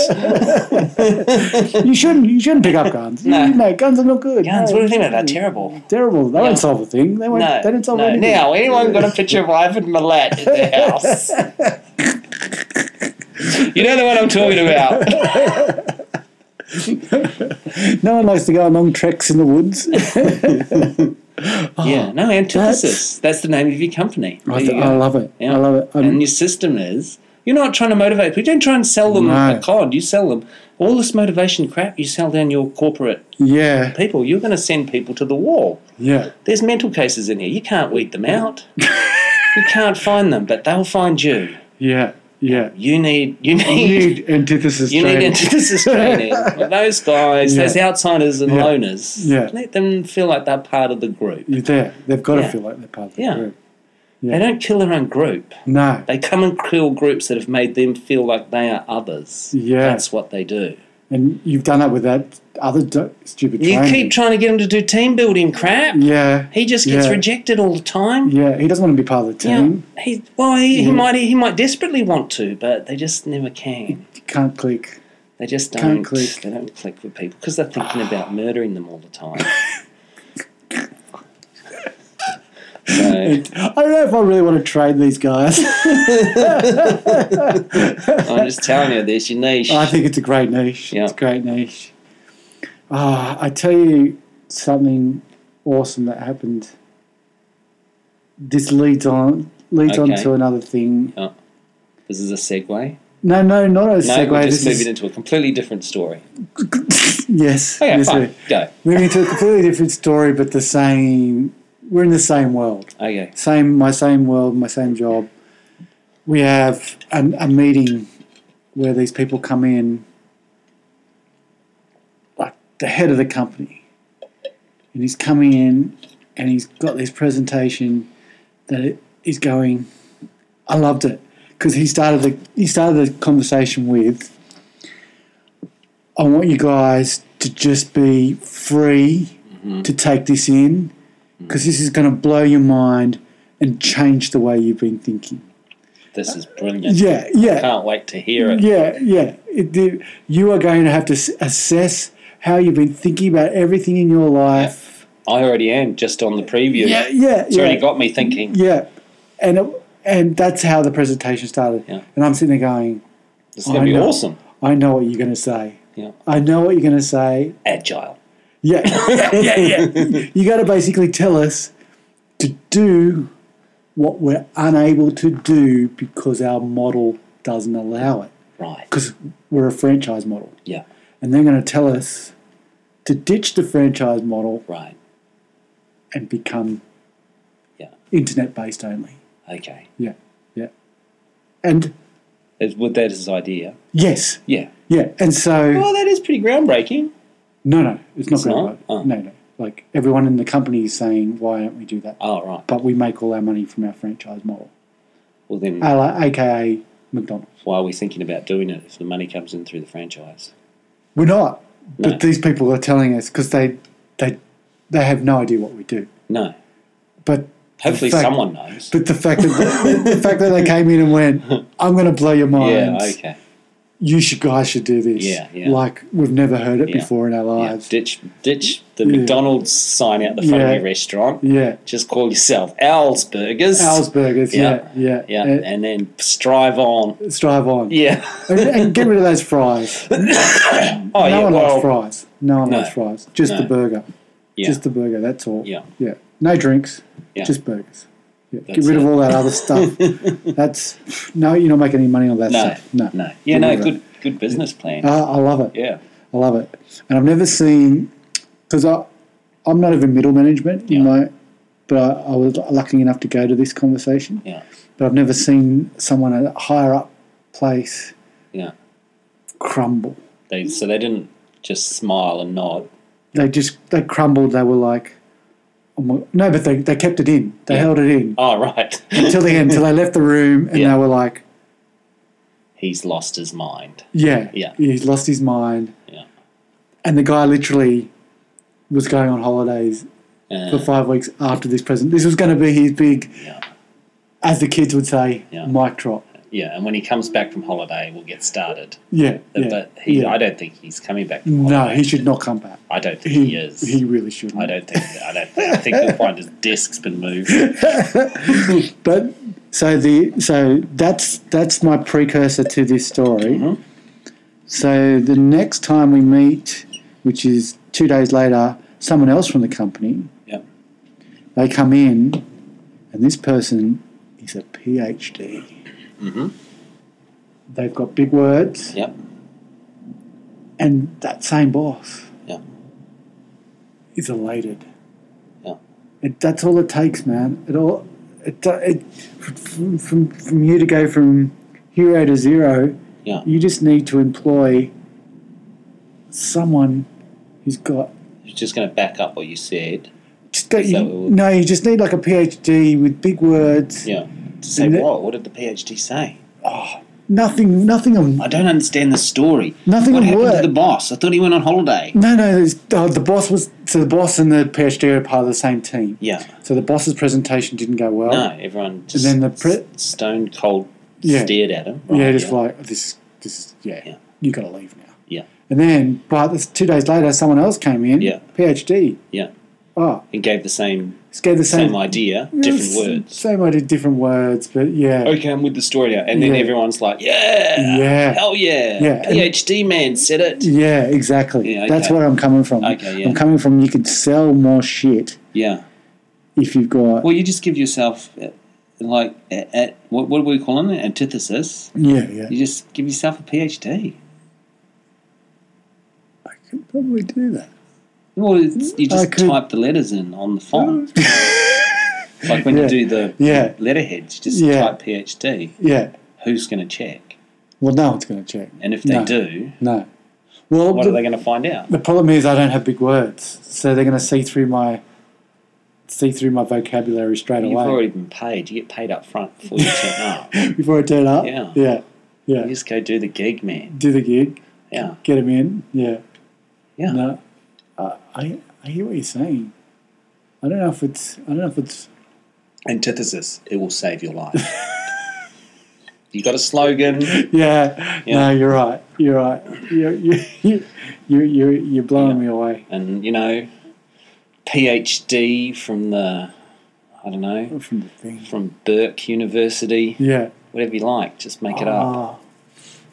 You shouldn't you shouldn't pick up guns. No. No, guns are not good. Guns, No, what do you think about that? Terrible. Terrible. They won't solve a thing. They won't. No, they don't solve no. anything. Now, anyone got a picture of Ivan Milat in their house? you know the one I'm talking about. No one likes to go on long treks in the woods. Oh, yeah, no, antithesis. That's, the name of your company. I, There you I go. love it. Yeah. I love it. Um, I'm- and your system is you're not trying to motivate people. You don't try and sell them No. a cod. You sell them all this motivation crap. You sell down your corporate yeah, people. You're going to send people to the wall. yeah. There's mental cases in here. You can't weed them out. you can't find them, but they'll find you. Yeah, yeah. You need you You need need antithesis you need training. antithesis training. But those guys, Yeah. those outsiders and loners, Yeah. let them feel like they're part of the group. You're there. They've got Yeah. to feel like they're part of the Yeah. group. They don't kill their own group. No. They come and kill groups that have made them feel like they are others. Yeah. That's what they do. And you've done that with that other do- stupid You training. keep trying to get him to do team building crap. yeah. He just gets yeah. rejected all the time. Yeah, he doesn't want to be part of the Yeah, team. he well he, he might he might desperately want to, but they just never can. You Can't click. They just Can't don't. click. They don't click with people because they're thinking about murdering them all the time. so I don't know if I really want to train these guys. I'm just telling you, there's your niche. I think it's a great niche. Yeah. It's a great niche. Ah, I tell you something awesome that happened. This leads on leads on Okay. to another thing. Oh, This is a segue. No, no, not a No, segue. we're just this moving is, into a completely different story. yes, Okay, yes, fine, we're go. moving into a completely different story, but the same. We're in the same world. Okay, Same, my same world, my same job. We have an, a meeting where these people come in, like the head of the company, and he's coming in and he's got this presentation that it, he's going. I loved it because he started the he started the conversation with. I want you guys to just be free to take this in because this is going to blow your mind and change the way you've been thinking. this is brilliant. Yeah, yeah. Can't wait to hear it. Yeah, yeah. It, the, you are going to have to s- assess how you've been thinking about everything in your life. I already am just on the preview. Yeah, yeah, It's already yeah. got me thinking. yeah. And it, and that's how the presentation started. Yeah. And I'm sitting there going, This is going I to be know. awesome. I know what you're going to say. Yeah. I know what you're going to say. Agile. Yeah, yeah, yeah. yeah. you got to basically tell us to do what we're unable to do because our model doesn't allow it. Right. Because we're a franchise model. Yeah. and they're going to tell us to ditch the franchise model Right. and become Yeah. internet based only. Okay. Yeah, yeah. And Is- Would that is his idea? yes, Yeah. yeah. And so, Well, that is pretty groundbreaking. no, no, it's not It's going to not? work. Oh. No, no. Like everyone in the company is saying, why don't we do that? Oh, right. But we make all our money from our franchise model, Well, then a la- aka McDonald's. why are we thinking about doing it if the money comes in through the franchise? We're not, No. but these people are telling us because they, they, they have no idea what we do. No. But Hopefully, In fact- someone knows. But the fact that the fact that they came in and went, I'm going to blow your yeah. minds. Okay. You should guys should do this. Yeah, yeah. Like we've never heard it Yeah. before in our Yeah. lives. Ditch, ditch the McDonald's sign out the front of Yeah. your restaurant. Yeah, Just call yourself Al's Burgers. Al's Burgers. Yeah. Yeah, yeah, Yeah. And- and then strive on. and strive on. Yeah. and, and get rid of those fries. No Oh, yeah. one Well, likes fries. No one no. likes fries. Just No. the burger. yeah. Just the burger. That's all. Yeah. Yeah. No drinks. Yeah. Just burgers. Yeah. Get That's rid of it. all that other stuff. That's no, you're not making any money on that No, stuff. No, no. Yeah, Get no, rid of it. good, good business plan. Ah, I love it. yeah, I love it, and I've never seen because I I'm not even middle management Yeah. in my, but I, I was lucky enough to go to this conversation. yeah, But I've never seen someone at a higher up place yeah. crumble. They so they didn't just smile and nod. they just they crumbled. They were like, oh my, no, but they, they kept it in. They held it in Oh, right. until the end, until they left the room, and Yeah. they were like, He's lost his mind. yeah, Yeah. he's lost his mind. Yeah. And the guy literally was going on holidays for Uh, five weeks after this present. This was going to be his big, yeah. as the kids would say, Yeah. mic drop. yeah, and when he comes back from holiday, we'll get started. Yeah, yeah, but he, yeah. I don't think he's coming back. From No, holiday. he should not come back. I don't think He, he, is. he really should. I not don't think. I don't think. I think you'll find his desk's been moved. But so the so that's that's my precursor to this story. So the next time we meet, which is two days later, someone else from the company Yep. they come in, and this person is a PhD. They've got big words, Yep. and that same boss Yeah. is elated. Yeah. It, that's all it takes, man. It all it, do- it from, from from you to go from hero to zero. Yeah. You just need to employ someone who's got You're just going to back up what you said. just got you, that what we- no. You just need like a PhD with big words. Yeah. To say And that- what? What did the PhD say? Nothing. Nothing. On, I don't understand the story. Nothing What will happened work. to the boss? I thought he went on holiday. no, no. there's- Oh, the boss was so the boss and the PhD are part of the same team. Yeah. So the boss's presentation didn't go well. No, everyone just then the pre- s- stone cold Yeah. stared at him. yeah, Right, just like this is this is yeah, Yeah. you got to leave now. Yeah. And then, but this- two days later, someone else came in. Yeah. PhD. Yeah. Oh, And gave the same scared the same. same idea, Yes, different words. Oh, Same idea, different words, but yeah. Okay, I'm with the story now. And then Yeah. everyone's like, yeah, Yeah. hell yeah, Yeah, and- PhD man said it. Yeah, exactly. Yeah, That's okay. where I'm coming from. Okay, yeah. I'm coming from you can sell more shit Yeah. if you've got Well, you just give yourself, uh, like, a a- what, what do we call them? Antithesis. Yeah, yeah. You just give yourself a PhD. I could probably do that. Well, it's, you Mm, I just could- type the letters in on the font. like when Yeah. you do the Yeah. letterheads, you just Yeah. type PhD. Yeah. Who's going to check? Well no one's gonna check. And if they No. do, No. Well what the, are they going to find out? the problem is I don't have big words. So they're gonna see through my see through my vocabulary straight You've away. already been paid. You get paid up front before you turn up. You before I turn up. Yeah. Yeah. Yeah. just go do the gig, man. Do the gig. Yeah, Get him in. Yeah. yeah. No. I I, I hear what you're saying. I don't know if it's I don't know if it's Antithesis. It will save your life. you got a slogan. yeah, Yeah. No, you're right. You're right. You're you you you you're, you're blowing me away and you know, PhD from the, I don't know, from the thing. from Burke University, Yeah. whatever you like, just make it up. Ah.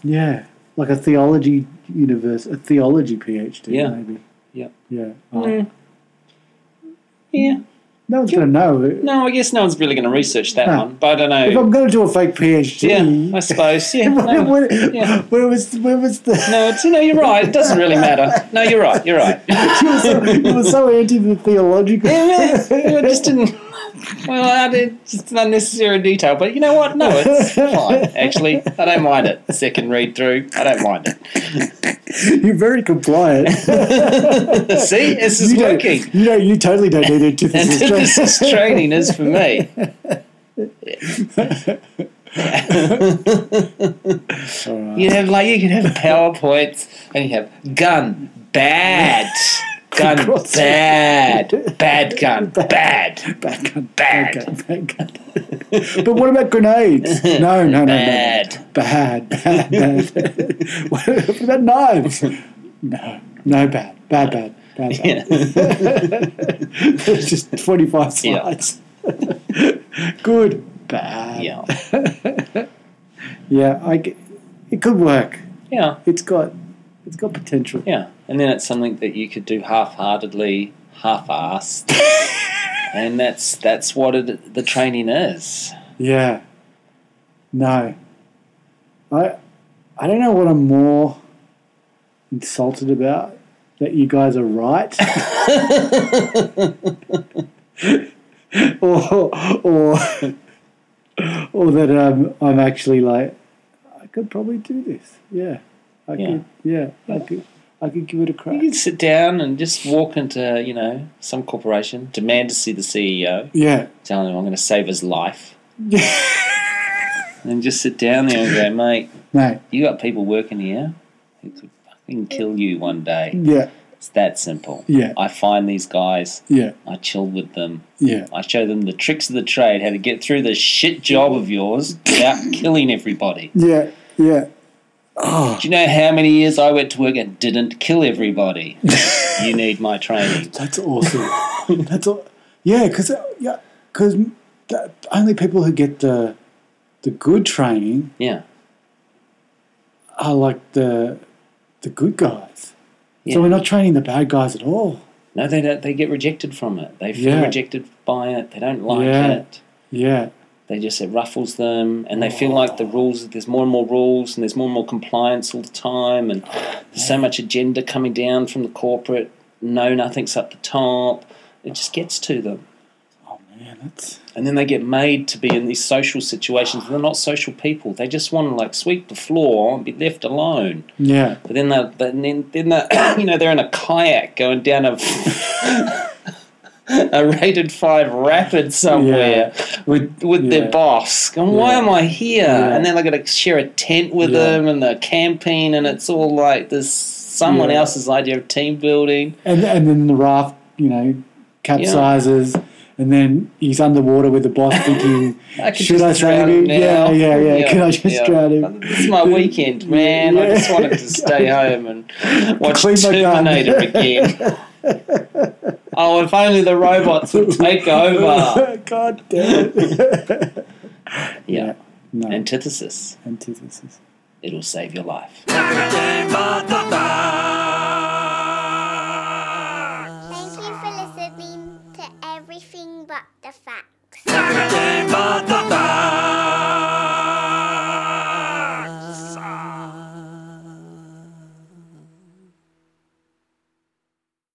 yeah. Like a theology universe, a theology PhD, Yeah. maybe. Yep. Yeah. Oh. Mm. Yeah. No one's going to know. No, I guess no one's really going to research that No. one. But I Ah. If don't know. I'm going to do a fake PhD, Yeah, I suppose. Yeah. where, No, where- Yeah. where was where was the? no, it's, no, you're right. It doesn't really matter. No, you're right. You're right. you, were so, you were so anti the theological. Yeah, yeah, I just didn't. Well, I did just an unnecessary detail, but you know what? No, it's fine. Actually, I don't mind it. Second read through, I don't mind it. You're very compliant. See, this is you don't- working. You know, you totally don't need And antithesis. this training. is training is for me. All right. You have like you can have powerpoints, and you have gun bad, gun course. bad, bad gun bad, Back up, Bad. back up, back up. but what about grenades? No, no, no, no, no. bad. Bad, bad, bad. what about knives? No, no, bad, bad, bad, bad. bad. Yeah. There's just 25 Yeah. slides. Good, bad. yeah, yeah. I g it could work. yeah. It's got, it's got potential. Yeah, and then it's something that you could do half-heartedly, half-assed, and that's that's what it, the training is. Yeah. No. I I don't know what I'm more insulted about that you guys are right. or or or that um, I'm actually like I could probably do this. Yeah. I Yeah. could yeah, I could I could give it a You crack. can sit down and just walk into, you know, some corporation, demand to see the E CEO, Yeah. tell him I'm going to save his life. and then just sit down there and go, mate, Mate. you got people working here who could fucking kill you one day. Yeah. It's that simple. Yeah. I find these guys, Yeah. I chill with them, Yeah. I show them the tricks of the trade, how to get through this shit job of yours without killing everybody. Yeah. Yeah. Do you know how many years I went to work and didn't kill everybody? you need my training. That's awesome. That's all. Yeah, because yeah, 'cause that- only people who get the the good training Yeah. are like the the good guys. Yeah. So we're not training the bad guys at all. No, they don't. They get rejected from it. They feel Yeah. rejected by it. They don't like Yeah. it. Yeah, They just it ruffles them, and they feel like the Oh. rules. There's more and more rules, and there's more and more compliance all the time, and there's so much agenda coming down from the corporate. No, nothing's up the top. It just gets to them. Oh, man, that's and then they get made to be in these social situations and they're not social people they just want to like sweep the floor and be left alone yeah, but then they then then they you know they're in a kayak going down a a rated five rapid somewhere with with Yeah. their boss and why Yeah. am i here Yeah. and then they got to share a tent with Yeah. them and they're camping and it's all like this someone Yeah. else's idea of team building and and then the raft, you know, capsizes, and then he's underwater with the boss thinking, I could should just I save drown him? now. Yeah, yeah, yeah, Can I just drown him? This is my weekend, man. I just wanted to stay home and watch Clean my gun. Terminator again. oh, if only the robots would take over. God damn it! Yeah. no, Antithesis. antithesis. It'll save your life. Everything but the facts. Thank you for listening to Everything But the Facts.